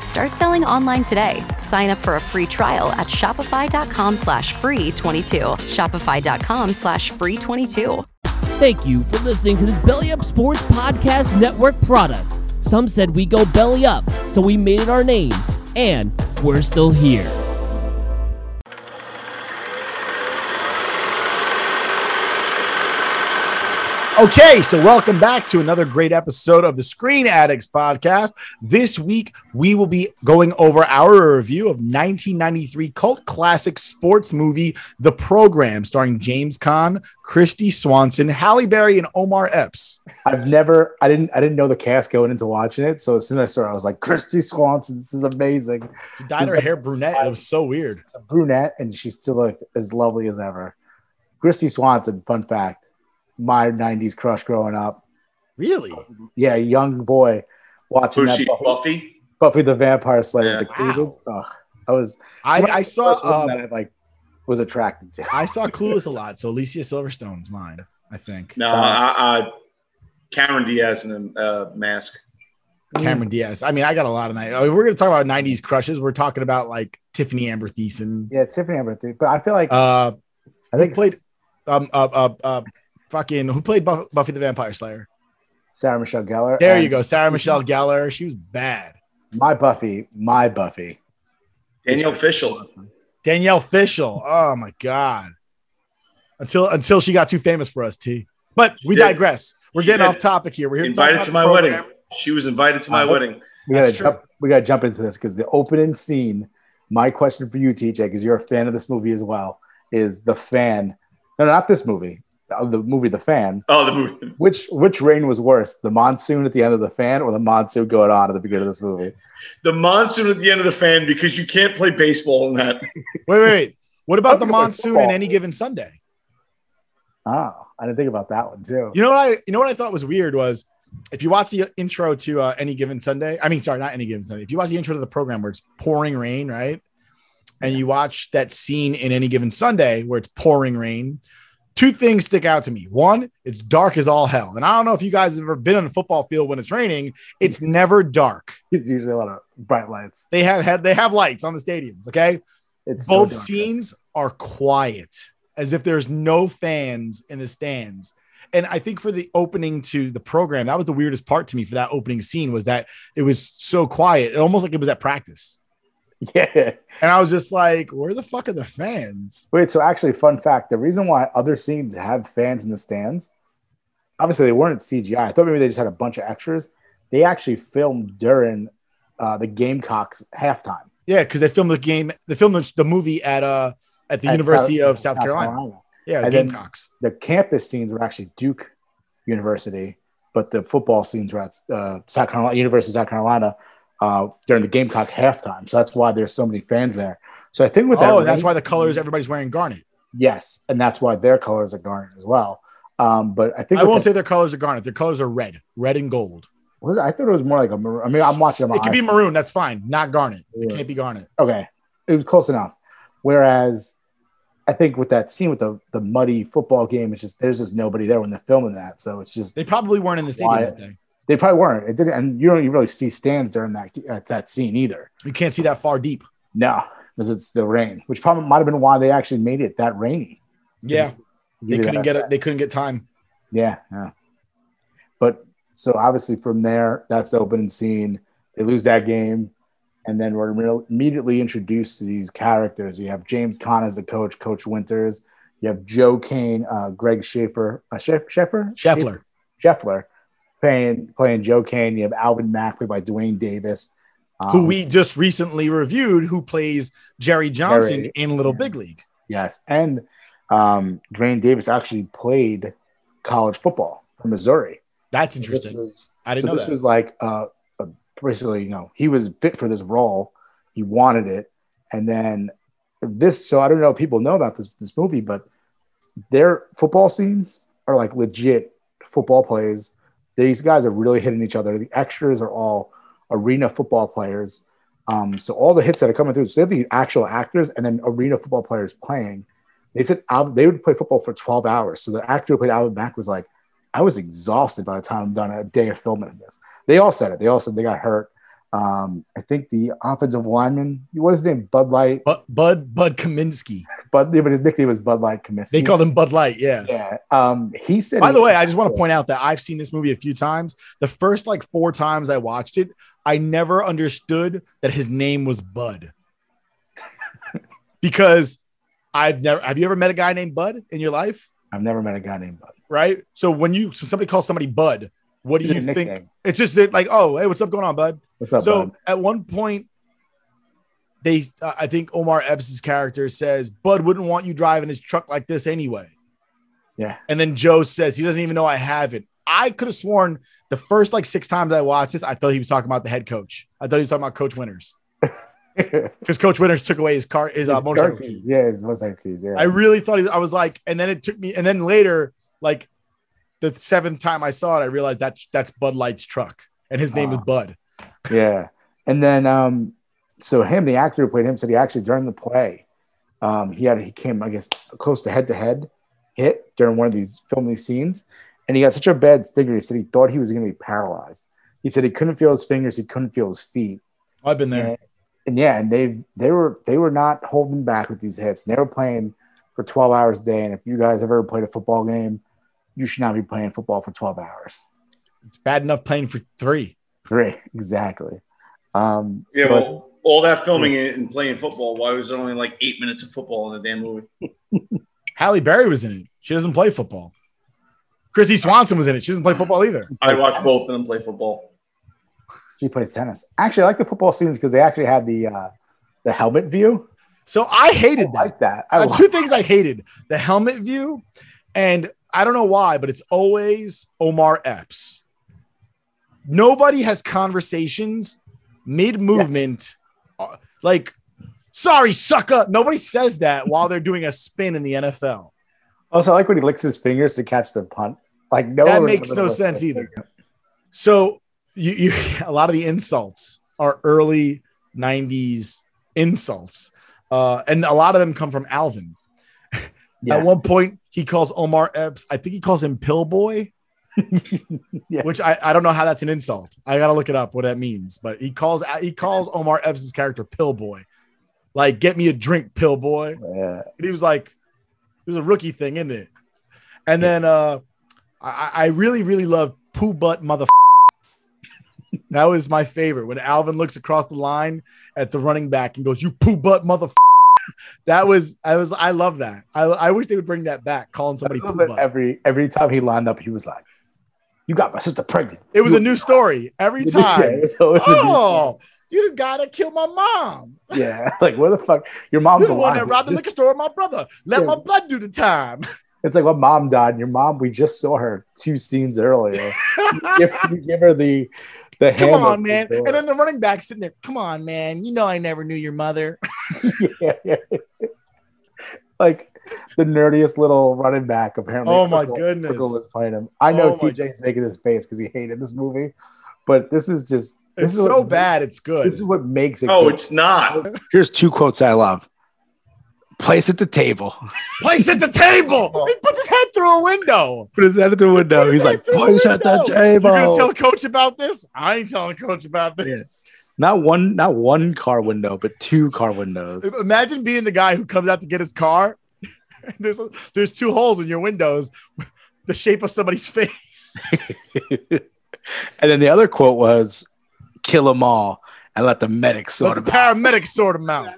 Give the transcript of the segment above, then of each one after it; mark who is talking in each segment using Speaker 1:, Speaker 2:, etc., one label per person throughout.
Speaker 1: Start selling online today. Sign up for a free trial at Shopify.com slash free twenty-two. Shopify.com slash free twenty-two.
Speaker 2: Thank you for listening to this Belly Up Sports Podcast Network product. Some said we go belly up, so we made it our name, and we're still here.
Speaker 3: Okay, so welcome back to another great episode of the Screen Addicts podcast. This week, we will be going over our review of 1993 cult classic sports movie The Program, starring James Caan, Christy Swanson, Halle Berry, and Omar Epps.
Speaker 4: I've never, I didn't, I didn't know the cast going into watching it. So as soon as I saw, it, I was like, Christy Swanson, this is amazing.
Speaker 3: She dyed her hair brunette. It was so weird.
Speaker 4: She's a brunette, and she's still like as lovely as ever. Christy Swanson, fun fact, my '90s crush growing up.
Speaker 3: Really?
Speaker 4: Yeah, young boy watching
Speaker 5: Who's
Speaker 4: that
Speaker 5: she?
Speaker 4: Buffy,
Speaker 5: Buffy?
Speaker 4: Buffy the Vampire Slayer.
Speaker 5: Yeah.
Speaker 4: The Cleveland. Ugh, I uh, was.
Speaker 3: I,
Speaker 4: she might
Speaker 3: I
Speaker 4: be the first
Speaker 3: saw
Speaker 4: one
Speaker 3: um,
Speaker 4: that I like was attracted to.
Speaker 3: I saw Clueless a lot, so Alicia Silverstone's mine, I think. Uh,
Speaker 5: No, I, I, Cameron Diaz in a uh, mask.
Speaker 2: Mm.
Speaker 3: Cameron Diaz. I mean, I got a lot of night. I mean, we're gonna talk about '90s crushes. We're talking about like Tiffany Amber Thiessen.
Speaker 4: yeah, Tiffany Amber. Thiessen, But I feel like
Speaker 3: Uh,
Speaker 4: I think
Speaker 3: played- um, uh, uh, uh, fucking who played Buff- Buffy the Vampire Slayer?
Speaker 4: Sarah Michelle Gellar.
Speaker 3: There
Speaker 4: and
Speaker 3: you go, Sarah Michelle Gellar. She was bad.
Speaker 4: My Buffy. My Buffy.
Speaker 5: Danielle Fishel.
Speaker 3: Danielle Fishel. Oh my god. Until until she got too famous for us, T. But we
Speaker 5: Yeah.
Speaker 3: digress. We're
Speaker 5: She
Speaker 3: getting
Speaker 5: had-
Speaker 3: off topic here. We're here. talk
Speaker 5: Invited
Speaker 3: about
Speaker 5: to
Speaker 3: the
Speaker 5: my
Speaker 3: program.
Speaker 5: wedding. She was invited to my
Speaker 4: Uh,
Speaker 5: wedding.
Speaker 4: We gotta
Speaker 3: That's true.
Speaker 4: jump. We gotta jump into this because the opening scene. My question for you, TJ, because you're a fan of this movie as well, is the fan. No, not this movie. uh, The movie, The Fan.
Speaker 5: Oh, the movie.
Speaker 4: Which which rain was worse, the monsoon at the end of the fan, or the monsoon going on at the beginning of this movie?
Speaker 5: The monsoon at the end of the fan because you can't play baseball in that.
Speaker 3: Wait, wait, wait. What about the
Speaker 4: Okay, like
Speaker 3: monsoon in
Speaker 4: football.
Speaker 3: any given Sunday?
Speaker 4: Oh, I didn't think about that one too.
Speaker 3: You know what I you know what I thought was weird was if you watch the intro to uh, any given Sunday, I mean sorry, not any given Sunday. If you watch the intro to the program where it's pouring rain, right? And you watch that scene in any given Sunday where it's pouring rain, two things stick out to me. One, it's dark as all hell. And I don't know if you guys have ever been on a football field when it's raining, it's never dark.
Speaker 4: It's usually a lot of bright lights.
Speaker 3: They have had they have lights on the stadiums, okay?
Speaker 4: It's so
Speaker 3: Both
Speaker 4: dark.
Speaker 3: scenes are quiet, as if there's no fans in the stands. And I think for the opening to the program, that was the weirdest part to me for that opening scene was that it was so quiet, almost like it was at practice.
Speaker 4: Yeah.
Speaker 3: And I was just like, where the fuck are the fans?
Speaker 4: Wait. So actually, fun fact: the reason why other scenes have fans in the stands, obviously they weren't CGI. I thought maybe they just had a bunch of extras. They actually filmed during uh, the Gamecocks halftime.
Speaker 3: Yeah, because they filmed the game, they filmed the, the movie at uh at the
Speaker 4: at
Speaker 3: University of South Carolina. Yeah,
Speaker 4: And then-
Speaker 3: Gamecocks.
Speaker 4: The campus scenes were actually Duke University, but the football scenes were at uh, South Carolina University of South Carolina uh, during the Gamecock halftime. So that's why there's so many fans there. So I think with that,
Speaker 3: oh, and that's
Speaker 4: rain-
Speaker 3: why the colors everybody's wearing garnet.
Speaker 4: Yes, and that's why their colors are garnet as well. Um, but I think
Speaker 3: I
Speaker 4: with
Speaker 3: won't
Speaker 4: the-
Speaker 3: say their colors are garnet. Their colors are red, red and gold.
Speaker 4: was it- I thought it was more like a maroon. I mean, I'm watching them.
Speaker 3: It
Speaker 4: on
Speaker 3: could be
Speaker 4: iPhone.
Speaker 3: maroon. That's fine. Not garnet. It
Speaker 4: Yeah.
Speaker 3: can't be garnet.
Speaker 4: Okay, it was close enough. Whereas
Speaker 3: I think with that scene with the the muddy football game, it's just there's just nobody there when they're filming that. So it's just
Speaker 5: They probably weren't in the stadium
Speaker 3: Why-
Speaker 5: that day.
Speaker 3: they probably weren't. It didn't, and you don't really see stands during that at that scene either.
Speaker 5: You can't see that far deep.
Speaker 3: No, because it's the rain, which probably might have been why they actually made it that rainy.
Speaker 5: Yeah,
Speaker 3: Give
Speaker 5: they
Speaker 3: you
Speaker 5: couldn't
Speaker 3: that
Speaker 5: get it.
Speaker 3: effect.
Speaker 5: They couldn't get time.
Speaker 3: Yeah, yeah. But so obviously from there, that's the opening scene. They lose that game, and then we're re- immediately introduced to these characters. You have James Conn as the coach, Coach Winters. You have Joe Kane, uh, Greg Schaefer, uh, Schaef- Schaefer,
Speaker 5: Scheffler.
Speaker 3: Scheffler, playing playing Joe Kane. You have Alvin Mack played by Dwayne Davis, um,
Speaker 5: who we just recently reviewed, who plays Jerry Johnson
Speaker 3: Jerry,
Speaker 5: in Little
Speaker 3: yeah.
Speaker 5: Big League.
Speaker 3: Yes, and um, Dwayne Davis actually played college football for Missouri.
Speaker 5: That's
Speaker 3: So this
Speaker 5: interesting.
Speaker 3: was-
Speaker 5: I didn't
Speaker 3: so
Speaker 5: know
Speaker 3: this
Speaker 5: that.
Speaker 3: was like uh, uh, basically, you know, he was fit for this role. He wanted it, and then this. So I don't know if people know about this this movie, but their football scenes are like legit football plays. These guys are really hitting each other. The extras are all arena football players. Um, so all the hits that are coming through, so they have the actual actors and then arena football players playing. They said Al- they would play football for 12 hours. So the actor who played Alvin Mack was like, I was exhausted by the time I'm done a day of filming of this. They all said it. They all said they got hurt. Um, I think the offensive lineman, what is his name? Bud Light.
Speaker 5: But Bud Bud Kaminsky.
Speaker 3: Bud, yeah, but his nickname was Bud Light Comiskey.
Speaker 5: They called him Bud Light. Yeah.
Speaker 3: Yeah. Um, he said.
Speaker 5: By the way, I just want to point out that I've seen this movie a few times. The first like four times I watched it, I never understood that his name was Bud. because I've never have you ever met a guy named Bud in your life?
Speaker 3: I've never met a guy named Bud.
Speaker 5: Right? So when you so somebody calls somebody Bud, what do
Speaker 3: It's a
Speaker 5: you think?
Speaker 3: nickname.
Speaker 5: It's just that, like, oh, hey, what's up going on, Bud?
Speaker 3: What's up,
Speaker 5: so
Speaker 3: Bud?
Speaker 5: at one point, they uh, I think Omar Epps' character says, "Bud wouldn't want you driving his truck like this anyway."
Speaker 3: Yeah.
Speaker 5: And then Joe says he doesn't even know I have it. I could have sworn the first like six times I watched this, I thought he was talking about the head coach. I thought he was talking about Coach Winters because Coach Winters took away his car, his uh,
Speaker 3: His
Speaker 5: motorcycle
Speaker 3: car keys.
Speaker 5: key.
Speaker 3: Yeah, his motorcycle keys. Yeah.
Speaker 5: I really thought he was, I was like, and then it took me, and then later, like the seventh time I saw it, I realized that that's Bud Light's truck, and his name is
Speaker 3: Ah.
Speaker 5: Bud.
Speaker 3: yeah. And then, um, so him, the actor who played him, said he actually during the play, um, he had he came, I guess, close to head to head hit during one of these filming scenes, and he got such a bad stinger. He said he thought he was going to be paralyzed. He said he couldn't feel his fingers, he couldn't feel his feet,
Speaker 5: I've been there.
Speaker 3: And, and yeah, and they they were they were not holding back with these hits. And they were playing for twelve hours a day. And if you guys have ever played a football game, you should not be playing football for twelve hours.
Speaker 5: It's bad enough playing for three.
Speaker 3: Great, exactly. Um,
Speaker 6: Yeah,
Speaker 3: so-
Speaker 6: well, all that filming and and playing football. Why was it only like eight minutes of football in the damn movie?
Speaker 5: Halle Berry was in it. She doesn't play football. Christy Swanson was in it. She doesn't play football either.
Speaker 6: I'd watch both of them play football.
Speaker 3: She plays tennis. Actually, I like the football scenes because they actually had the uh, the helmet view.
Speaker 5: So I hated
Speaker 3: I
Speaker 5: that.
Speaker 3: like that. I
Speaker 5: Uh,
Speaker 3: like
Speaker 5: two things I hated the helmet view, and I don't know why, but it's always Omar Epps. Nobody has conversations mid movement. uh, Like, sorry, sucker. Nobody says that while they're doing a spin in the NFL.
Speaker 3: Also, I like when he licks his fingers to catch the punt. Like no,
Speaker 5: That
Speaker 3: one
Speaker 5: makes
Speaker 3: would
Speaker 5: no
Speaker 3: have
Speaker 5: sense
Speaker 3: licked his
Speaker 5: either.
Speaker 3: finger.
Speaker 5: So you, you a lot of the insults are early '90s insults, uh, and a lot of them come from Alvin. At
Speaker 3: Yes.
Speaker 5: one point, he calls Omar Epps. I think he calls him Pillboy,
Speaker 3: Yes.
Speaker 5: which I, I don't know how that's an insult. I gotta look it up what that means. But he calls he calls Omar Epps' character Pillboy, like get me a drink, Pillboy.
Speaker 3: Yeah.
Speaker 5: And he was like, it was a rookie thing, isn't it? And then uh I, I really, really love poo butt mother. that was my favorite. When Alvin looks across the line at the running back and goes, You poo butt mother. that was I was I love that. I, I wish they would bring that back, calling
Speaker 3: I
Speaker 5: somebody poo
Speaker 3: love that
Speaker 5: butt.
Speaker 3: every every time he lined up, he was like, "You got my sister pregnant."
Speaker 5: it was
Speaker 3: You-
Speaker 5: a new story every
Speaker 3: Yeah,
Speaker 5: time.
Speaker 3: it was always a new-
Speaker 5: oh, you gotta kill my mom.
Speaker 3: yeah. Like where the fuck
Speaker 5: You're
Speaker 3: your mom's
Speaker 5: the one
Speaker 3: alive?
Speaker 5: that robbed the
Speaker 3: Just-
Speaker 5: liquor store of my brother. Let
Speaker 3: Yeah.
Speaker 5: my blood do the time.
Speaker 3: It's like, well, mom died, and your mom. We just saw her two scenes earlier. you, give, you give her the the
Speaker 5: Come
Speaker 3: handle
Speaker 5: on,
Speaker 3: to
Speaker 5: man.
Speaker 3: the door.
Speaker 5: And then the running back sitting there, come on, man. You know I never knew your mother.
Speaker 3: yeah, yeah. like the nerdiest little running back apparently.
Speaker 5: Oh, my
Speaker 3: Urkel-
Speaker 5: goodness.
Speaker 3: Urkel was playing him. I know
Speaker 5: Oh, my-
Speaker 3: DJ's making this face because he hated this movie, but this is just this
Speaker 5: It's
Speaker 3: is
Speaker 5: so
Speaker 3: what-
Speaker 5: bad, Oh, it's good.
Speaker 3: This is what makes it.
Speaker 6: No,
Speaker 3: good.
Speaker 6: it's not.
Speaker 3: Here's two quotes I love.
Speaker 4: Place at the table.
Speaker 3: Place at the table. He puts his head through a window.
Speaker 4: Oh. Put his head at the window. He's like,
Speaker 3: Through a
Speaker 4: place at the
Speaker 3: window.
Speaker 4: table.
Speaker 3: You're gonna tell coach about this? I ain't telling coach about this.
Speaker 4: not one, not one car window, but two car windows.
Speaker 3: Imagine being the guy who comes out to get his car. there's there's two holes in your windows, the shape of somebody's face.
Speaker 4: and then the other quote was, "Kill them all and let the medics
Speaker 3: Let
Speaker 4: sort
Speaker 3: the
Speaker 4: them out."
Speaker 3: paramedic sort him out.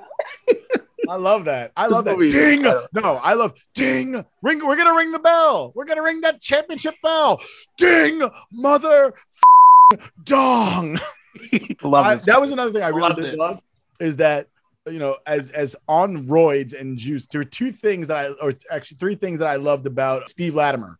Speaker 3: I love that. I
Speaker 4: This
Speaker 3: love that.
Speaker 4: movie is
Speaker 3: Ding.
Speaker 4: incredible.
Speaker 3: No, I love ding. Ring. We're gonna ring the bell. We're gonna ring that championship bell. Ding, mother f- dong.
Speaker 4: Love
Speaker 3: I-
Speaker 4: this
Speaker 3: that was
Speaker 4: movie.
Speaker 3: another thing I really
Speaker 4: Loved
Speaker 3: did
Speaker 4: it.
Speaker 3: love is that you know as as on roids and juice there were two things that I or actually three things that I loved about Steve Latimer.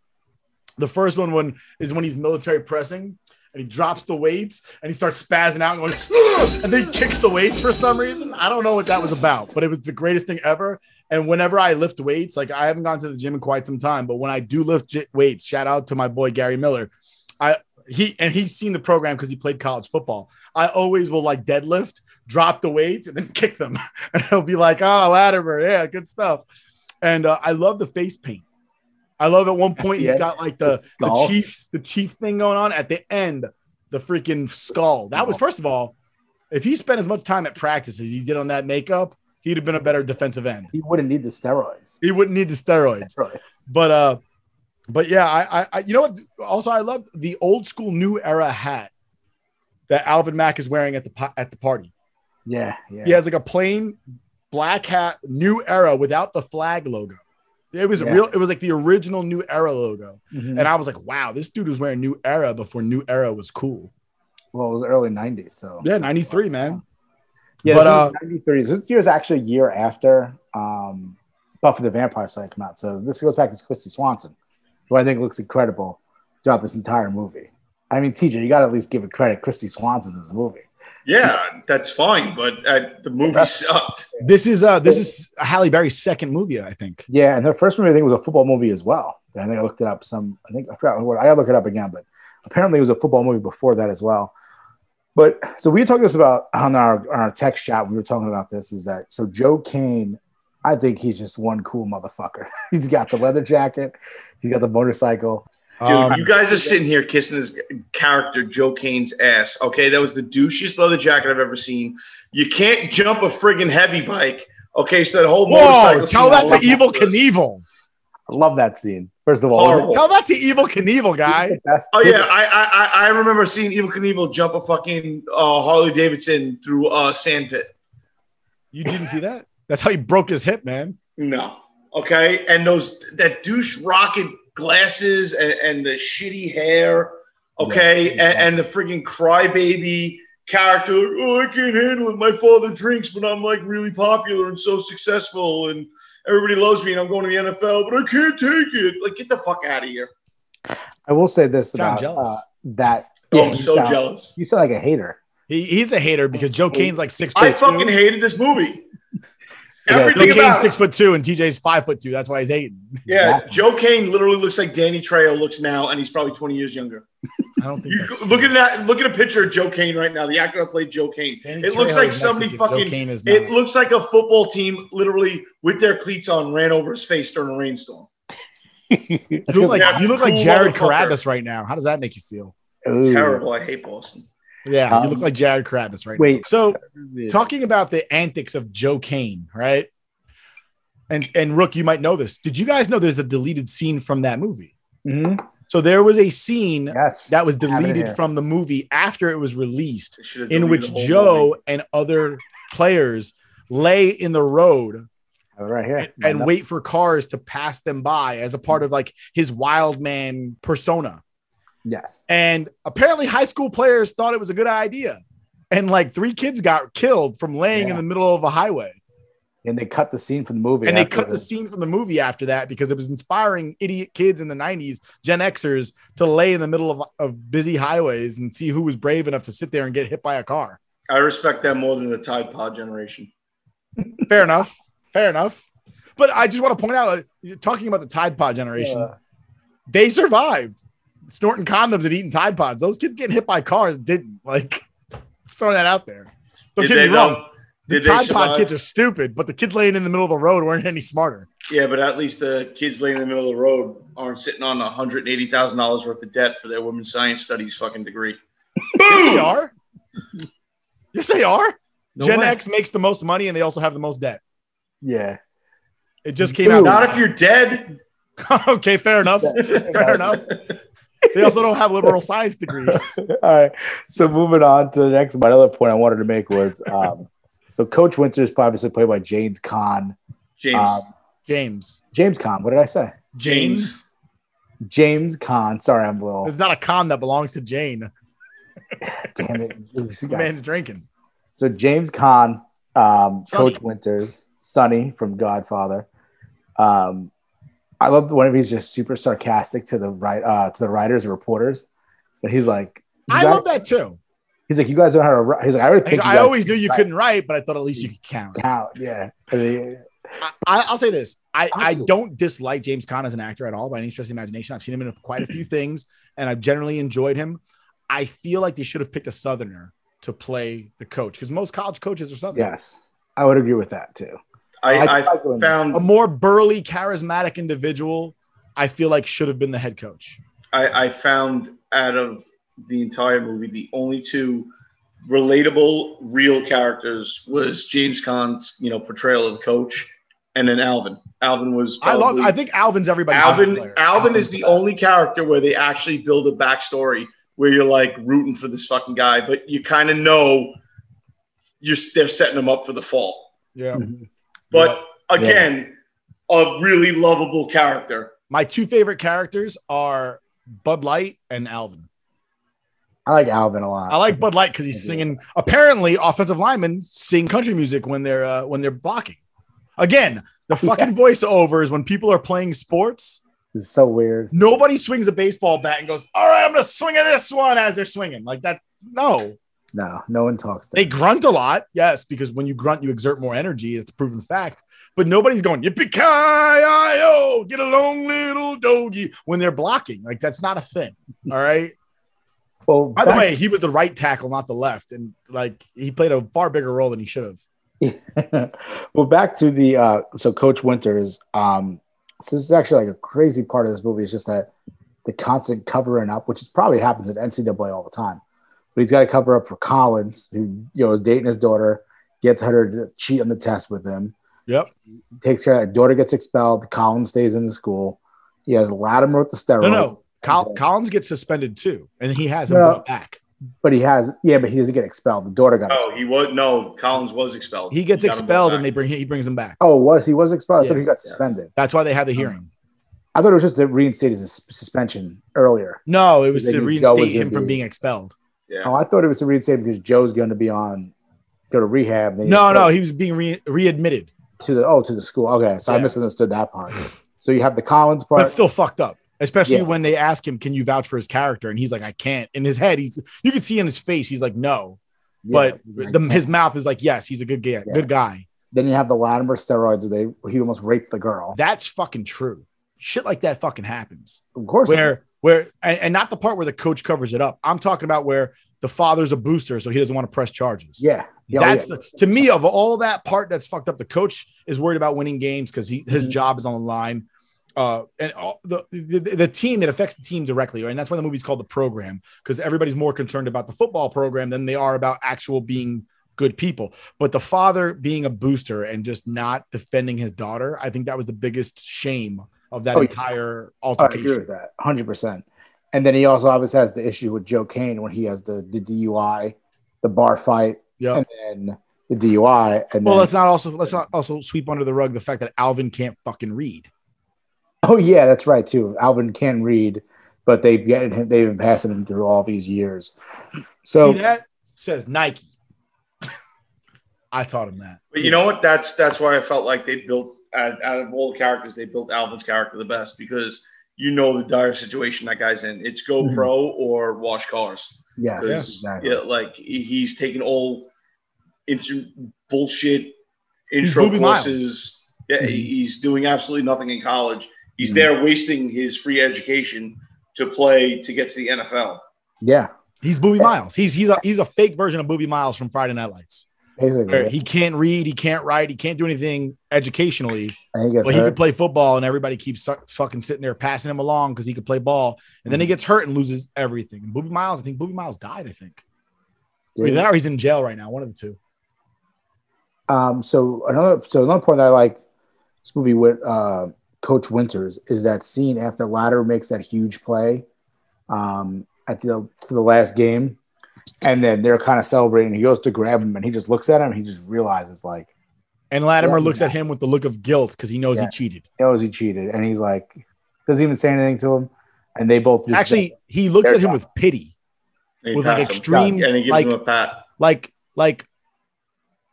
Speaker 3: The first one when is when he's military pressing and he drops the weights and he starts spazzing out and going "Ugh!" and then he kicks the weights for some reason. I don't know what that was about, but it was the greatest thing ever. And whenever I lift weights, like I haven't gone to the gym in quite some time, but when I do lift j- weights, shout out to my boy Gary Miller. I he and he's seen the program because he played college football. I always will like deadlift, drop the weights, and then kick them, and he'll be like, "Oh, Latimer, yeah, good stuff." And uh, I love the face paint. I love at one point
Speaker 4: the
Speaker 3: he's
Speaker 4: end,
Speaker 3: got like the,
Speaker 4: the
Speaker 3: the,
Speaker 4: skull.
Speaker 3: chief the chief thing going on at the end, the freaking skull. That was first of all, if he spent as much time at practice as he did on that makeup, he'd have been a better defensive end.
Speaker 4: He wouldn't need the steroids.
Speaker 3: He wouldn't need the steroids
Speaker 4: Steroids.
Speaker 3: but uh but yeah I, I i you know what also i love the old school new era hat that alvin mack is wearing at the pa- at the party
Speaker 4: Yeah, yeah.
Speaker 3: he has like a plain black hat new era without the flag logo it was
Speaker 4: Yeah.
Speaker 3: real it was like the original new era logo
Speaker 4: Mhm.
Speaker 3: and i was like wow this dude was wearing new era before new era was cool
Speaker 4: well, it was early '90s, so
Speaker 3: yeah 93 man
Speaker 4: Yeah,
Speaker 3: But,
Speaker 4: but uh, 93. This year is actually a year after um, Buffy the Vampire Slayer came out. So this goes back to Christy Swanson, who I think looks incredible throughout this entire movie. I mean, TJ, you got to at least give it credit. Christy Swanson's in this movie.
Speaker 5: Yeah, that's fine, but uh, the movie sucked.
Speaker 3: this is uh this is halle berry's second movie i think
Speaker 4: Yeah, and her first movie I think was a football movie as well. I think I looked it up. Some I think I forgot what I gotta look it up again, but apparently it was a football movie before that as well. But so we talked this about on our on our text chat. We were talking about this is that so Joe Kane, I think he's just one cool motherfucker. he's got the leather jacket, he's got the motorcycle.
Speaker 5: Dude,
Speaker 3: Um,
Speaker 5: you guys are sitting here kissing this character Joe Kane's ass. Okay, that was the douchiest leather jacket I've ever seen. You can't jump a friggin' heavy bike. Okay, so that whole
Speaker 3: whoa
Speaker 5: Oh, motorcycle.
Speaker 3: tell
Speaker 5: scene-
Speaker 3: that to evil knievel
Speaker 4: I love that scene. First of all, it was
Speaker 5: Horrible.
Speaker 3: tell that to evil knievel guy
Speaker 4: the best-
Speaker 5: Oh yeah, I I I- I remember seeing Evil Knievel jump a fucking uh, Harley Davidson through a sand pit.
Speaker 3: You didn't see that? That's how he broke his hip, man.
Speaker 5: No, okay, and those that douche rocket glasses and, and the shitty hair, okay,
Speaker 4: Yeah.
Speaker 5: and, and the friggin' crybaby character. Oh, I can't handle it. My father drinks, but I'm like really popular and so successful, and everybody loves me, and I'm going to the NFL, but I can't take it. Like, get the fuck out of here.
Speaker 4: I will say this
Speaker 3: Sound
Speaker 4: about
Speaker 3: jealous.
Speaker 4: uh, that.
Speaker 5: Oh,
Speaker 4: yeah,
Speaker 5: I'm
Speaker 4: you
Speaker 5: so
Speaker 4: sound-
Speaker 5: jealous.
Speaker 4: You sound like a hater.
Speaker 3: He, he's a hater because Joe Kane's like six foot
Speaker 5: I fucking
Speaker 3: two.
Speaker 5: hated this movie.
Speaker 4: Yeah, Joe
Speaker 5: Everything
Speaker 3: Joe Kane's
Speaker 5: about it.
Speaker 3: six foot two and TJ's five foot two. That's why he's hating.
Speaker 5: Yeah,
Speaker 4: Exactly.
Speaker 5: Joe Kane literally looks like Danny Trejo looks now, and he's probably 20 years younger.
Speaker 3: I don't think
Speaker 5: You
Speaker 3: that's
Speaker 5: look
Speaker 3: true.
Speaker 5: at that. Look at a picture of Joe Kane right now. The actor that played Joe Kane.
Speaker 3: Danny
Speaker 5: it looks
Speaker 3: Trejo
Speaker 5: like
Speaker 3: is
Speaker 5: somebody
Speaker 3: Mexican. Joe
Speaker 5: fucking.
Speaker 3: Kane is
Speaker 5: It
Speaker 3: not.
Speaker 5: looks like a football team literally with their cleats on ran over his face during a rainstorm.
Speaker 3: You look like,
Speaker 5: Yeah,
Speaker 3: you look like
Speaker 5: cool
Speaker 3: Jared
Speaker 5: motherfucker.
Speaker 3: Carabas right now. How does that make you feel?
Speaker 4: Ooh.
Speaker 5: Terrible. I hate Boston.
Speaker 3: Yeah, you
Speaker 4: Um,
Speaker 3: look like Jared Carabas right now.
Speaker 4: Wait.
Speaker 3: So talking about the antics of Joe Kane, right? And and Rook, you might know this. Did you guys know there's a deleted scene from that movie?
Speaker 4: Mhm.
Speaker 3: So there was a scene
Speaker 4: Yes.
Speaker 3: that was
Speaker 4: Have it
Speaker 3: deleted
Speaker 4: here.
Speaker 3: from the movie after it was released
Speaker 5: They should've
Speaker 3: in
Speaker 5: deleted
Speaker 3: which
Speaker 5: the whole
Speaker 3: Joe
Speaker 5: movie.
Speaker 3: and other players lay in the road
Speaker 4: Have it right here.
Speaker 3: and, and wait for cars to pass them by as a part of like his wild man persona.
Speaker 4: Yes.
Speaker 3: And apparently, high school players thought it was a good idea. And like three kids got killed from laying in
Speaker 4: Yeah.
Speaker 3: the middle of a highway.
Speaker 4: And they cut the scene from the movie.
Speaker 3: and they
Speaker 4: after
Speaker 3: cut the scene from the movie after that because it was inspiring idiot kids in the 90s, Gen Xers, to lay in the middle of, of busy highways and see who was brave enough to sit there and get hit by a car.
Speaker 5: I respect that more than the Tide Pod generation.
Speaker 3: Fair enough. Fair enough. But I just want to point out, like, you're talking about the Tide Pod generation,
Speaker 4: Yeah.
Speaker 3: they survived snorting condoms and eating Tide Pods. Those kids getting hit by cars didn't. Like, just throwing that out there. Don't
Speaker 5: Did
Speaker 3: get me
Speaker 5: they,
Speaker 3: wrong.
Speaker 5: though?
Speaker 3: The
Speaker 5: Did they
Speaker 3: Tide Pod
Speaker 5: survive?
Speaker 3: kids are stupid, but the kids laying in the middle of the road weren't any smarter.
Speaker 5: Yeah, but at least the kids laying in the middle of the road aren't sitting on $180,000 worth of debt for their women's science studies fucking degree.
Speaker 3: Yes, they are. Yes, they are.
Speaker 4: No
Speaker 3: Gen
Speaker 4: way.
Speaker 3: X makes the most money, and they also have the most debt.
Speaker 4: Yeah.
Speaker 3: It just came
Speaker 4: Dude.
Speaker 3: out.
Speaker 5: Not if you're dead.
Speaker 3: okay, fair enough. fair enough. They also don't have liberal science degrees.
Speaker 4: All right. So moving on to the next, my other point I wanted to make was, um, so Coach Winters obviously played by James Kahn.
Speaker 5: James.
Speaker 4: Um,
Speaker 3: James.
Speaker 4: James Kahn. What did I say?
Speaker 3: James.
Speaker 4: James Kahn. Sorry, I'm a little.
Speaker 3: It's not a con that belongs to Jane.
Speaker 4: Damn it. You
Speaker 3: The
Speaker 4: guys-
Speaker 3: man's drinking.
Speaker 4: So James Kahn, um,
Speaker 3: Sonny.
Speaker 4: Coach Winters, Sonny from Godfather. Um, I love whenever he's just super sarcastic to the right uh, to the writers and reporters, but he's like, you
Speaker 3: I
Speaker 4: guys-
Speaker 3: love that too.
Speaker 4: He's like, you guys know how to write. He's like, I already
Speaker 3: Like,
Speaker 4: picked.
Speaker 3: I always knew you couldn't write, but I thought at least you could count.
Speaker 4: Out. Yeah. I mean,
Speaker 3: I, I'll say this: I, I
Speaker 4: Absolutely.
Speaker 3: don't dislike James Conn as an actor at all by any stretch of the imagination. I've seen him in quite a few things, and I've generally enjoyed him. I feel like they should have picked a Southerner to play the coach because most college coaches are Southern.
Speaker 4: yes, I would agree with that too. I-
Speaker 5: I, I
Speaker 4: I like doing this.
Speaker 3: A
Speaker 5: found
Speaker 3: more burly, charismatic individual, I feel like should have been the head coach.
Speaker 5: I, I found out of the entire movie the only two relatable real characters was James Caan's you know portrayal of the coach, and then Alvin. Alvin was
Speaker 3: I love.
Speaker 5: probably-
Speaker 3: I think Alvin's everybody's favorite
Speaker 5: Alvin.
Speaker 3: player.
Speaker 5: Alvin is the only character where they actually build a backstory where you're like rooting for this fucking guy, but you kind of know you're they're setting him up for the fall.
Speaker 3: Yeah.
Speaker 4: Mm-hmm.
Speaker 5: But again, a really lovable character.
Speaker 3: My two favorite characters are Bud Light and Alvin.
Speaker 4: I like Alvin a lot.
Speaker 3: I like Bud Light because he's
Speaker 4: Yeah.
Speaker 3: singing. Apparently, offensive linemen sing country music when they're uh, when they're blocking. Again, the fucking voiceovers when people are playing sports.
Speaker 4: It's so weird.
Speaker 3: Nobody swings a baseball bat and goes, "All right, I'm gonna swing at this one" as they're swinging like that. No,
Speaker 4: No, no one talks to.
Speaker 3: they
Speaker 4: him.
Speaker 3: grunt a lot, yes, because when you grunt, you exert more energy. It's a proven fact. But nobody's going yippee ki yo, get along, little doggy, when they're blocking. Like that's not a thing. All right.
Speaker 4: Well,
Speaker 3: By the
Speaker 4: back-
Speaker 3: way, he was the right tackle, not the left, and like he played a far bigger role than he should have.
Speaker 4: well, back to the uh, so Coach Winters. Um, so this is actually like a crazy part of this movie. It's just that the constant covering up, which is probably happens at NCAA all the time, but he's got to cover up for Collins, who you know is dating his daughter, gets her to cheat on the test with him.
Speaker 3: Yep.
Speaker 4: Takes care of that. Daughter gets expelled. Collins stays in the school. He has Latimer with the steroid.
Speaker 3: No, no. Col- Collins gets suspended too, and he has him
Speaker 4: No.
Speaker 3: brought back.
Speaker 4: But he has yeah, but he doesn't get expelled. The daughter got.
Speaker 5: No,
Speaker 4: expelled.
Speaker 5: he was no. Collins was expelled.
Speaker 3: He gets
Speaker 5: got him
Speaker 3: expelled,
Speaker 5: back.
Speaker 3: and they bring he brings him back.
Speaker 4: Oh, was he was expelled? I thought
Speaker 3: Yeah.
Speaker 4: he got suspended.
Speaker 3: That's why they had the hearing.
Speaker 4: I thought it was just to reinstate his sus- suspension earlier.
Speaker 3: No, it was
Speaker 4: They
Speaker 3: to
Speaker 4: knew Joe was
Speaker 3: reinstate
Speaker 4: gonna
Speaker 3: him from
Speaker 4: be-
Speaker 3: being expelled.
Speaker 5: Yeah.
Speaker 4: Oh, I thought it was to reinstate him because Joe's going to be on go to rehab. Then
Speaker 3: No, no, he was being re- readmitted.
Speaker 4: to the oh to the school. Okay, so I
Speaker 3: Yeah.
Speaker 4: misunderstood that part. So you have the Collins part.
Speaker 3: But still fucked up. Especially
Speaker 4: Yeah.
Speaker 3: when they ask him, "Can you vouch for his character?" and he's like, "I can't." In his head, he's you can see in his face, he's like, "No,"
Speaker 4: Yeah,
Speaker 3: but the, his mouth is like, "Yes, he's a good guy.
Speaker 4: Yeah.
Speaker 3: Good guy."
Speaker 4: then you have the Latimer steroids where they where he almost raped the girl.
Speaker 3: That's fucking true. Shit like that fucking happens.
Speaker 4: of course,
Speaker 3: where where and, and not the part where the coach covers it up. I'm talking about where the father's a booster, so he doesn't want to press charges.
Speaker 4: yeah, yeah, oh,
Speaker 3: that's
Speaker 4: yeah.
Speaker 3: the, to me of all that part that's fucked up. The coach is worried about winning games because he his
Speaker 4: Mhm.
Speaker 3: job is on the line. Uh, and all, the, the the team it affects the team directly, right? And that's why the movie's called the program because everybody's more concerned about the football program than they are about actual being good people. But the father being a booster and just not defending his daughter, I think that was the biggest shame of that
Speaker 4: Oh, yeah.
Speaker 3: entire
Speaker 4: I
Speaker 3: altercation.
Speaker 4: agree with that, hundred percent. And then he also obviously has the issue with Joe Kane when he has the, the DUI, the bar fight,
Speaker 3: Yeah.
Speaker 4: and then the DUI, and
Speaker 3: Well,
Speaker 4: then
Speaker 3: let's not also let's not also sweep under the rug the fact that Alvin can't fucking read.
Speaker 4: Oh yeah, that's right too. Alvin can read, but they've gotten him. They've been passing him through all these years. So
Speaker 3: See that says Nike. I taught him that.
Speaker 5: But you know what? That's that's why I felt like they built out, out of all the characters, they built Alvin's character the best because you know the dire situation that guy's in. It's GoPro or wash cars.
Speaker 4: Mm-hmm. yes,
Speaker 5: 'Cause,
Speaker 4: exactly.
Speaker 5: Yeah, like he- he's taking all into bullshit
Speaker 3: He's
Speaker 5: intro
Speaker 3: Booby Miles.
Speaker 5: courses. Yeah,
Speaker 4: Mhm.
Speaker 5: he's doing absolutely nothing in college. He's
Speaker 4: Mhm.
Speaker 5: there wasting his free education to play to get to the NFL.
Speaker 4: yeah.
Speaker 3: He's Booby Miles. He's he's a he's a fake version of Booby Miles from Friday Night Lights.
Speaker 4: Basically,
Speaker 3: where he can't read, he can't write, he can't do anything educationally.
Speaker 4: and he gets
Speaker 3: But he
Speaker 4: hurt.
Speaker 3: could play football, and everybody keeps su- fucking sitting there passing him along because he could play ball. And then he
Speaker 4: Mm.
Speaker 3: gets hurt and loses everything. And Booby Miles, I think Booby Miles died. I think
Speaker 4: Did
Speaker 3: Either
Speaker 4: he?
Speaker 3: that or he's in jail right now. One of the two.
Speaker 4: Um, so another so another point that I like this movie with uh, Coach Winters is that scene after Ladder makes that huge play um, at the for the last game, and then they're kind of celebrating. He goes to grab him, and he just looks at him. And he just realizes like
Speaker 3: And Latimer
Speaker 4: Yeah.
Speaker 3: looks at him with the look of guilt because he knows
Speaker 4: Yeah.
Speaker 3: he cheated.
Speaker 4: he knows he cheated, and he's like doesn't even say anything to him, and they both just
Speaker 3: Actually, he looks
Speaker 4: They're
Speaker 3: at him with pity,
Speaker 5: And he
Speaker 3: With, like,
Speaker 5: pats him.
Speaker 3: extreme,
Speaker 5: and he gives
Speaker 3: like-
Speaker 5: him a pat.
Speaker 3: like like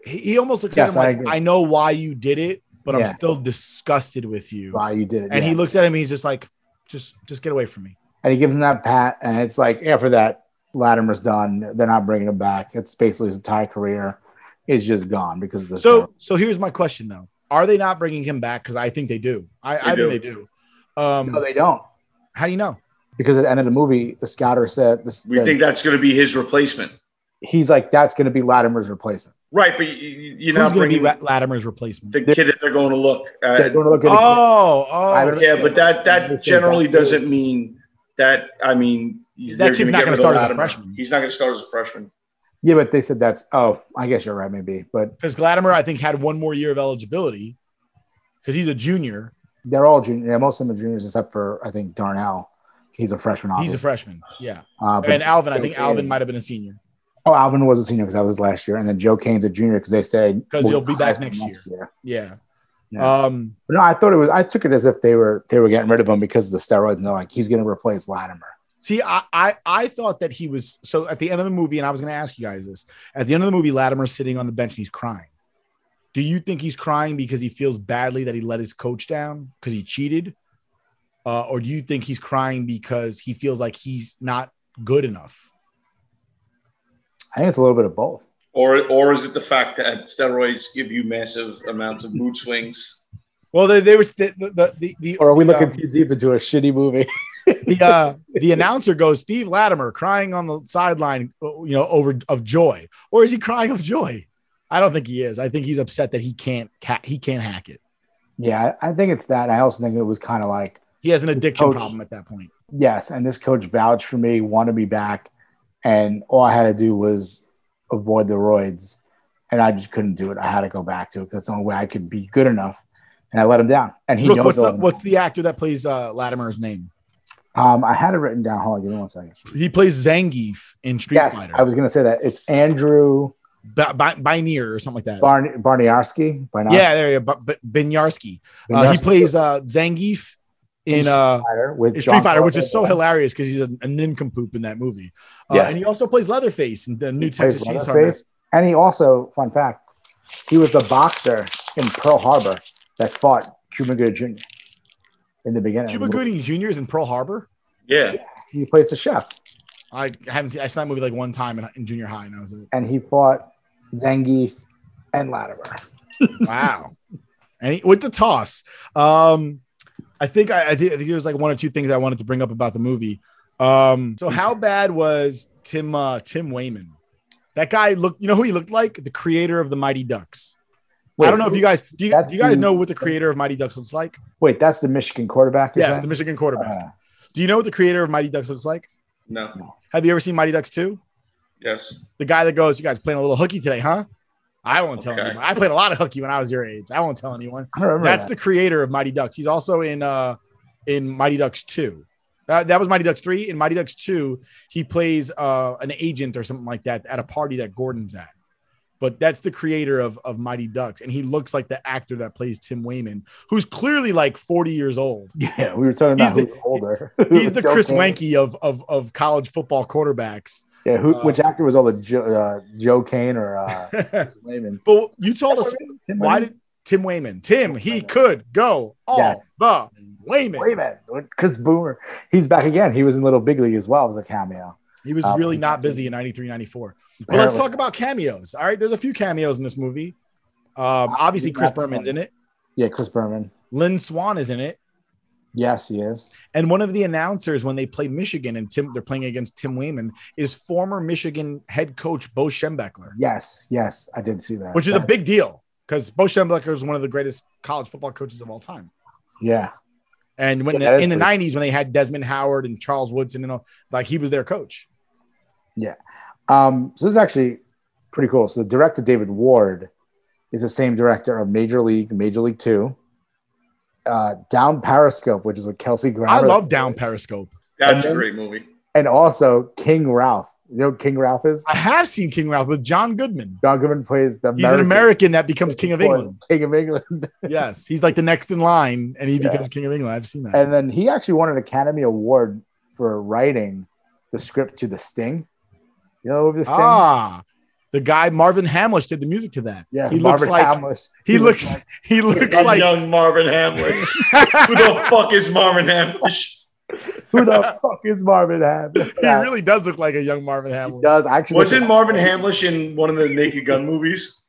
Speaker 3: he, he almost looks
Speaker 4: Yes,
Speaker 3: at him
Speaker 4: I
Speaker 3: like
Speaker 4: agree.
Speaker 3: I, know why you did it, but
Speaker 4: Yeah.
Speaker 3: I'm still disgusted with you.
Speaker 4: why you did it,
Speaker 3: And
Speaker 4: yeah.
Speaker 3: he looks at him. And he's just like, just just get away from me.
Speaker 4: and he gives him that pat, and it's like after that, Latimer's done. They're not bringing him back. It's basically his entire career is just gone because of this.
Speaker 3: So so here's my question though: Are they not bringing him back? Because I think they do. I, I
Speaker 5: do.
Speaker 3: think they do. Um,
Speaker 4: no, they don't.
Speaker 3: how do you know?
Speaker 4: because at the end of the movie, the scouter said, this,
Speaker 5: We think that's going to be his replacement,
Speaker 4: he's like, that's going to be Latimer's replacement.
Speaker 5: right? But you, you- you're
Speaker 3: Who's
Speaker 5: not
Speaker 3: going to be
Speaker 5: bringing
Speaker 3: Lat- Latimer's replacement?
Speaker 5: the kid that they're going to look.
Speaker 4: They're
Speaker 5: At.
Speaker 4: going to look at the-
Speaker 3: Oh oh,
Speaker 4: I-
Speaker 5: Uh, Yeah, but that
Speaker 4: They
Speaker 5: that
Speaker 4: say
Speaker 5: generally
Speaker 4: that too.
Speaker 5: doesn't mean that. I mean,
Speaker 3: That
Speaker 5: they're gonna
Speaker 3: kid's not
Speaker 5: get
Speaker 3: gonna
Speaker 5: rid of
Speaker 3: start as a
Speaker 5: Latimer.
Speaker 3: freshman.
Speaker 5: He's not going to start as a freshman.
Speaker 4: yeah, but they said that's. Oh, I guess you're right, maybe. But
Speaker 3: because Latimer I think had one more year of eligibility because he's a junior.
Speaker 4: they're all junior. Yeah, most of them are juniors, except for I think Darnell. He's a freshman. Obviously.
Speaker 3: He's a freshman. Yeah,
Speaker 4: Uh, but,
Speaker 3: and Alvin. I think
Speaker 4: Okay.
Speaker 3: Alvin might have been a senior.
Speaker 4: oh, Alvin was a senior because that was last year, and then Joe Kane's a junior because they said
Speaker 3: 'Cause
Speaker 4: well,
Speaker 3: he'll be back
Speaker 4: Heisman
Speaker 3: next
Speaker 4: year.
Speaker 3: Yeah.
Speaker 4: Yeah.
Speaker 3: Um,
Speaker 4: But no, I thought it was. I took it as if they were they were getting rid of him because of the steroids, and they're like, he's going to replace Latimer.
Speaker 3: see, I, I I thought that he was so at the end of the movie, and I was going to ask you guys this at the end of the movie. Latimer's sitting on the bench and he's crying. Do you think he's crying because he feels badly that he let his coach down because he cheated, uh, or do you think he's crying because he feels like he's not good enough?
Speaker 4: I think it's a little bit of both.
Speaker 5: Or or is it the fact that steroids give you massive amounts of mood swings?
Speaker 3: Well, they, they were the the the, the
Speaker 4: Or are we
Speaker 3: the,
Speaker 4: looking
Speaker 3: um,
Speaker 4: too deep into a shitty movie?
Speaker 3: the uh, the announcer goes Steve Latimer crying on the sideline, you know, over of joy, or is he crying of joy? I don't think he is. I think he's upset that he can't ca- he can't hack it.
Speaker 4: Yeah, I I think it's that. And I also think it was kind of like,
Speaker 3: He has an
Speaker 4: His
Speaker 3: addiction
Speaker 4: coach-
Speaker 3: problem at that point.
Speaker 4: yes, and this coach vouched for me, wanted me back, and all I had to do was avoid the roids, and I just couldn't do it. I had to go back to it because the only way I could be good enough, and I let him down. And he
Speaker 3: Look,
Speaker 4: knows
Speaker 3: what's
Speaker 4: I
Speaker 3: the,
Speaker 4: let him
Speaker 3: what's the actor that plays uh, Latimer's name?
Speaker 4: down. Um, I had it written down. Hold on, give me one second.
Speaker 3: He plays Zangief in Street
Speaker 4: Yes,
Speaker 3: Fighter.
Speaker 4: I was gonna say that it's Andrew
Speaker 3: ba- ba- Binier or something like that.
Speaker 4: Barn Barniarski. Barniarski
Speaker 3: yeah, there you go. B- B- Binyarski. Uh,
Speaker 4: Barniarski
Speaker 3: he plays uh, Zangief in uh,
Speaker 4: Fighter with
Speaker 3: in
Speaker 4: John
Speaker 3: Street Fighter, which
Speaker 4: Carpenter.
Speaker 3: is so hilarious because he's a, a nincompoop in that movie. Uh,
Speaker 4: Yes.
Speaker 3: And he also plays Leatherface in the new
Speaker 4: He plays
Speaker 3: Texas Chainsaw
Speaker 4: Leatherface.
Speaker 3: Massacre.
Speaker 4: And he also, fun fact, he was the boxer in Pearl Harbor that fought Cuba Gooding Jr. in the beginning.
Speaker 3: Cuba Gooding Jr. is in Pearl Harbor.
Speaker 5: Yeah,
Speaker 4: He plays the chef,
Speaker 3: I haven't seen. I saw that movie like one time in, in junior high, and I was like,
Speaker 4: and he fought Zangief and Latimer.
Speaker 3: "Wow!" and he, with the toss, um, I think I, I, did, I think there was like one or two things I wanted to bring up about the movie. Um, so how bad was Tim uh, Tim Wayman? That guy looked. You know who he looked like? The creator of the Mighty Ducks. I don't know if you guys do. You,
Speaker 4: That's
Speaker 3: do you guys
Speaker 4: the-
Speaker 3: know what the creator of Mighty Ducks looks like?
Speaker 4: Wait, that's the Michigan quarterback. you're
Speaker 3: Yes, the
Speaker 4: saying?
Speaker 3: Michigan quarterback.
Speaker 4: Uh,
Speaker 3: Do you know what the creator of Mighty Ducks looks like?
Speaker 5: no,
Speaker 3: Have you ever seen Mighty Ducks two?
Speaker 5: yes.
Speaker 3: the guy that goes, "You guys playing a little hooky today, huh?" I won't tell
Speaker 5: Okay.
Speaker 3: anyone. I played a lot of hooky when I was your age. I won't tell anyone.
Speaker 4: I don't remember.
Speaker 3: That's
Speaker 4: that.
Speaker 3: the creator of Mighty Ducks. He's also in uh in Mighty Ducks two. That, that was Mighty Ducks three. In Mighty Ducks two, he plays uh an agent or something like that at a party that Gordon's at. But that's the creator of of Mighty Ducks, and he looks like the actor that plays Tim Wayman, who's clearly like forty years old.
Speaker 4: yeah, we were talking about
Speaker 3: He's
Speaker 4: who's
Speaker 3: the-
Speaker 4: older.
Speaker 3: He's the
Speaker 4: Joe
Speaker 3: Chris
Speaker 4: Kane.
Speaker 3: Wanky of of of college football quarterbacks.
Speaker 4: Yeah, who,
Speaker 3: Uh,
Speaker 4: which actor was all the jo- uh, Joe Kane or uh, Chris Lehman?
Speaker 3: but you told us
Speaker 4: Tim
Speaker 3: Why
Speaker 4: Lehman?
Speaker 3: did Tim Wayman? Tim, he could go all
Speaker 4: Yes.
Speaker 3: the Wayman.
Speaker 4: Wait a minute, Chris Boomer. He's back again. He was in Little Big League as well. It was a cameo.
Speaker 3: He was
Speaker 4: Uh,
Speaker 3: really not
Speaker 4: exactly.
Speaker 3: busy in 93, 94. But let's talk about cameos. All right, there's a few cameos in this movie. Um, obviously, Chris Berman's in it.
Speaker 4: Yeah, Chris Berman.
Speaker 3: Lynn Swan is in it.
Speaker 4: Yes, he is.
Speaker 3: And one of the announcers when they played Michigan and Tim, they're playing against Tim Wayman, is former Michigan head coach Bo Schembechler,
Speaker 4: Yes, yes, I did see that.
Speaker 3: which is a
Speaker 4: That-
Speaker 3: big deal because Bo Schembechler is one of the greatest college football coaches of all time.
Speaker 4: Yeah,
Speaker 3: And when
Speaker 4: Yeah, that is
Speaker 3: in the
Speaker 4: pretty-
Speaker 3: '90s, when they had Desmond Howard and Charles Woodson and all, like he was their coach.
Speaker 4: yeah. Um, so this is actually pretty cool. So the director David Ward is the same director of Major League, Major League Two, uh, Down Periscope, which is with Kelsey Grammer.
Speaker 3: I love Down Periscope.
Speaker 5: That's a great movie.
Speaker 4: and also King Ralph. You know what King Ralph is?
Speaker 3: I have seen King Ralph with John Goodman.
Speaker 4: John Goodman plays the
Speaker 3: He's an American that becomes King of England.
Speaker 4: King of England.
Speaker 3: Yes, he's like the next in line, and he
Speaker 4: Yeah.
Speaker 3: becomes King of England. I've seen that.
Speaker 4: And then he actually won an Academy Award for writing the script to The Sting. You know, the Sting.
Speaker 3: ah, the guy Marvin Hamlish did the music to that.
Speaker 4: yeah,
Speaker 3: he looks
Speaker 4: Marvin
Speaker 3: like
Speaker 4: Hamlish.
Speaker 3: he looks he looks
Speaker 5: I'm
Speaker 3: like
Speaker 5: young Marvin Hamlish. Who the fuck is Marvin Hamlish?
Speaker 4: Who the fuck is Marvin Hamlish?
Speaker 3: he really does look like a young Marvin
Speaker 4: He
Speaker 3: Hamlish.
Speaker 4: does actually.
Speaker 5: Wasn't Marvin Hamlish in one of the Naked Gun movies?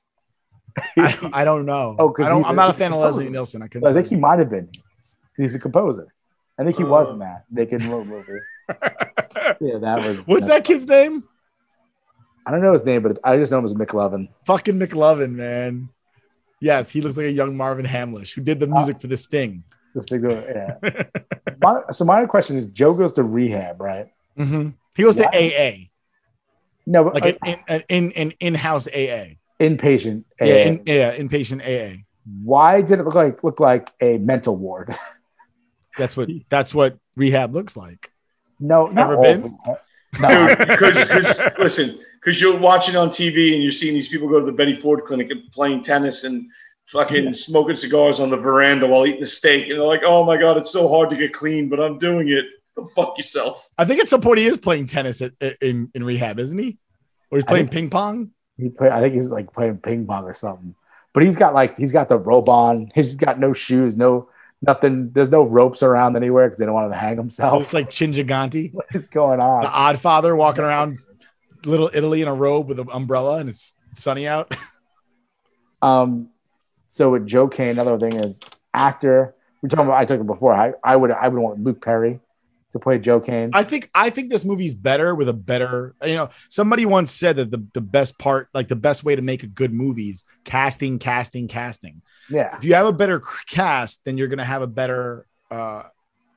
Speaker 3: I, don't- I don't know.
Speaker 4: Oh, 'cause
Speaker 3: I don't,
Speaker 4: he's a-
Speaker 3: I'm not a
Speaker 4: he's a
Speaker 3: fan of Leslie
Speaker 4: composer.
Speaker 3: Nielsen. I couldn't.
Speaker 4: I think he
Speaker 3: tell you. Oh.
Speaker 4: might have been. He's a composer. I think he was
Speaker 5: Uh.
Speaker 4: in that Naked Mo- movie. yeah, that was.
Speaker 3: What's that kid's name?
Speaker 4: I don't know his name, but it's, I just know him as McLovin.
Speaker 3: Fucking McLovin, man. Yes, he looks like a young Marvin Hamlish who did the music for The Sting.
Speaker 4: This thing, Uh, yeah. my, so my question is: Joe goes to rehab, right?
Speaker 3: Mhm. He goes
Speaker 4: Why-
Speaker 3: to
Speaker 4: No,
Speaker 3: AA,
Speaker 4: but
Speaker 3: like an in in in in house AA.
Speaker 4: inpatient.
Speaker 3: Yeah,
Speaker 4: and
Speaker 3: in, yeah, inpatient AA.
Speaker 4: why did it look like look like a mental ward?
Speaker 3: That's what that's what rehab looks like.
Speaker 4: no, not
Speaker 3: Ever
Speaker 4: all
Speaker 3: been?
Speaker 4: of them. No,
Speaker 5: Dude, because listen, because you're watching on TV and you're seeing these people go to the Betty Ford clinic and playing tennis and fucking smoking cigars on the veranda while eating a steak, and they're like, "Oh my god, it's so hard to get clean, but I'm doing it." Go fuck yourself.
Speaker 3: I think at some point he is playing tennis at, in in rehab, isn't he? Or he's
Speaker 4: I
Speaker 3: playing
Speaker 4: think-
Speaker 3: ping pong.
Speaker 4: he play, I think he's like playing ping pong or something. But he's got like he's got the rope on. He's got no shoes, no nothing. There's no ropes around anywhere because they don't want him to hang
Speaker 3: It's
Speaker 4: himself.
Speaker 3: like Chin Giganti,
Speaker 4: what is going on?
Speaker 3: the Odd Father, walking around Little Italy in a robe with an umbrella, and it's sunny out.
Speaker 4: Um, so with Joe Kane, another thing is actor. We're talking about I took it before. I, I would I would want Luke Perry to play Joe Kane.
Speaker 3: I think I think this movie's better with a better, you know, somebody once said that the, the best part, like the best way to make a good movie is casting, casting, casting.
Speaker 4: yeah.
Speaker 3: If you have a better c- cast, then you're gonna have a better uh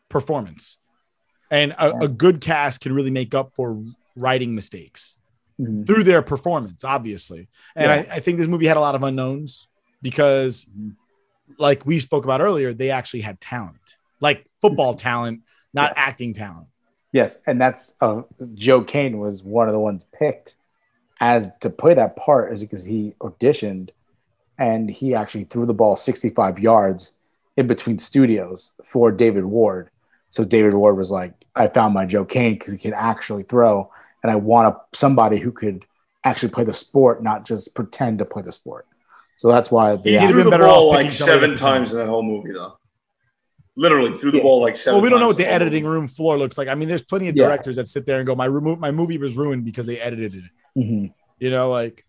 Speaker 3: performance. And a, a good cast can really make up for writing mistakes
Speaker 4: Mhm.
Speaker 3: through their performance, obviously. And
Speaker 4: Yeah. Mm-hmm.
Speaker 3: I, I think this movie had a lot of unknowns because like we spoke about earlier, they actually had talent, like football talent, not acting talent.
Speaker 4: Mm-hmm. Yes, and that's uh, Joe Kane was one of the ones picked as to play that part is because he auditioned and he actually threw the ball 65 yards in between studios for David Ward. So David Ward was like, I found my Joe Kane because he can actually throw, and I want a, somebody who could actually play the sport, not just pretend to play the sport. So that's why the
Speaker 5: He
Speaker 3: Yeah.
Speaker 4: act-
Speaker 3: He'd
Speaker 5: threw
Speaker 3: have
Speaker 5: the
Speaker 3: been better
Speaker 5: ball
Speaker 3: off
Speaker 5: like
Speaker 3: picking somebody
Speaker 5: seven
Speaker 3: that could
Speaker 5: times in that whole movie, though. Literally threw the
Speaker 4: Yeah.
Speaker 5: ball like seven.
Speaker 3: Well, we don't know
Speaker 5: times
Speaker 3: what the
Speaker 5: in whole movie.
Speaker 3: editing room floor looks like. I mean, there's plenty of
Speaker 4: Yeah.
Speaker 3: directors that sit there and go, "My remo- my movie was ruined because they edited it."
Speaker 4: Mhm.
Speaker 3: You know, like.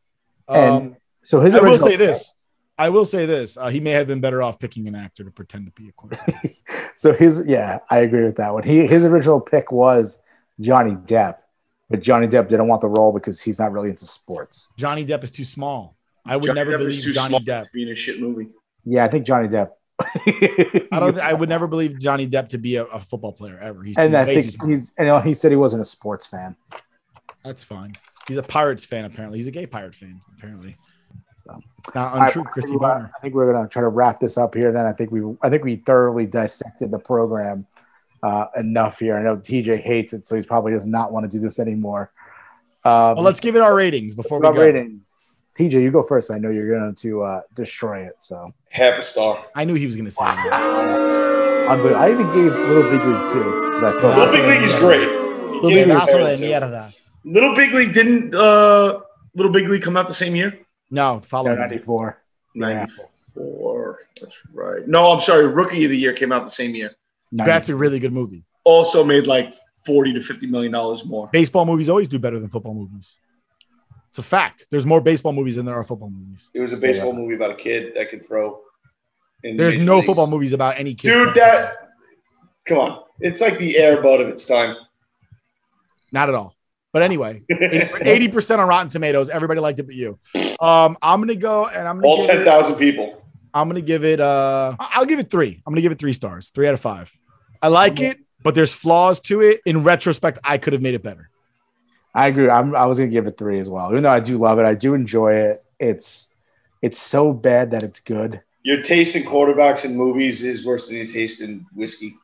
Speaker 4: And
Speaker 3: Um,
Speaker 4: so his
Speaker 3: I will
Speaker 4: original-
Speaker 3: say this. I will say this. Uh, he may have been better off picking an actor to pretend to be a quarterback.
Speaker 4: So his yeah, I agree with that one. He his original pick was Johnny Depp, but Johnny Depp didn't want the role because he's not really into sports.
Speaker 3: Johnny Depp is too small. I would
Speaker 5: Johnny
Speaker 3: never
Speaker 5: Depp is
Speaker 3: believe
Speaker 5: too
Speaker 3: Johnny
Speaker 5: small
Speaker 3: Depp.
Speaker 5: to be in a shit movie.
Speaker 4: Yeah, I think Johnny Depp.
Speaker 3: I don't. I would never believe Johnny Depp to be a, a football player ever. He's
Speaker 4: And
Speaker 3: too
Speaker 4: I
Speaker 3: big,
Speaker 4: think
Speaker 3: too
Speaker 4: he's and you know, he said he wasn't a sports fan.
Speaker 3: small. that's fine. He's a Pirates fan apparently. He's a gay Pirate fan apparently.
Speaker 4: So
Speaker 3: It's not
Speaker 4: I, I
Speaker 3: untrue,
Speaker 4: think
Speaker 3: Christy
Speaker 4: we're-
Speaker 3: Bonner.
Speaker 4: I think we're gonna try to wrap this up here. Then I think we I think we thoroughly dissected the program uh, enough here. I know TJ hates it, so he probably does not want to do this anymore. Um,
Speaker 3: Well, let's give it our ratings before we
Speaker 4: about
Speaker 3: go.
Speaker 4: ratings. TJ, you go first. I know you're going to uh, destroy it. So.
Speaker 5: Half a star.
Speaker 3: I knew he was going to say that.
Speaker 4: Unbelievable. I even gave Little Big League two because I felt
Speaker 5: Little Big League is great. You can't
Speaker 4: Big League
Speaker 5: compare
Speaker 3: Pedazo
Speaker 5: it
Speaker 3: de
Speaker 5: to-
Speaker 3: mierda.
Speaker 5: Little Big League didn't. Uh, Little Big League come out the same year.
Speaker 3: No, follow
Speaker 4: ninety
Speaker 3: me.
Speaker 4: four. Yeah.
Speaker 5: 94. That's right. No, I'm sorry. Rookie of the Year came out the same year.
Speaker 3: That's a really good movie.
Speaker 5: Also made like 40 to 50 million dollars more.
Speaker 3: Baseball movies always do better than football movies. It's a fact. There's more baseball movies than there are football movies.
Speaker 5: It was a baseball movie about a kid that could throw. in
Speaker 3: There's
Speaker 5: major
Speaker 3: no
Speaker 5: leagues.
Speaker 3: football movies about any kid.
Speaker 5: Dude, that
Speaker 7: Come on. It's like the air bud of its time.
Speaker 3: Not at all. But anyway, eighty percent on Rotten Tomatoes. Everybody liked it, but you. Um, I'm gonna go and I'm gonna
Speaker 7: All
Speaker 3: give it-
Speaker 7: 10,000 people.
Speaker 3: I'm gonna give it. Uh, I- I'll give it three. I'm gonna give it three stars, three out of five. I like it, but there's flaws to it. In retrospect, I could have made it better.
Speaker 5: I agree. I'm, I was gonna give it three as well. Even though I do love it, I do enjoy it. It's it's so bad that it's good.
Speaker 7: Your taste in quarterbacks and movies is worse than your taste in whiskey.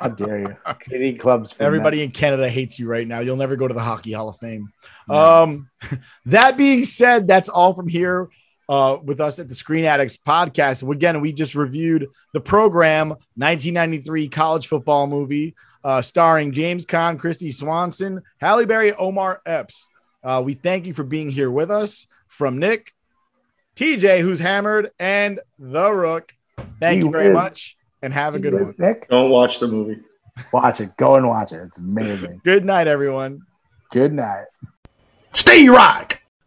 Speaker 5: How dare you? Kitty clubs. for
Speaker 3: Everybody
Speaker 5: nuts.
Speaker 3: in Canada hates you right now. You'll never go to the Hockey Hall of Fame. Um, that being said, that's all from here uh, with us at the Screen Addicts podcast. Again, we just reviewed the program 1993 college football movie uh, starring James Caan, Christy Swanson, Halle Berry, Omar Epps. Uh, we thank you for being here with us from Nick, TJ, who's hammered, and the Rook. Thank
Speaker 5: Gee
Speaker 3: you very
Speaker 5: whiz.
Speaker 3: much and have a good
Speaker 5: Yes,
Speaker 3: one.
Speaker 5: Nick,
Speaker 7: Don't watch the movie.
Speaker 5: watch it. Go and watch it. It's amazing.
Speaker 3: Good night, everyone.
Speaker 5: good night.
Speaker 3: Stay rock.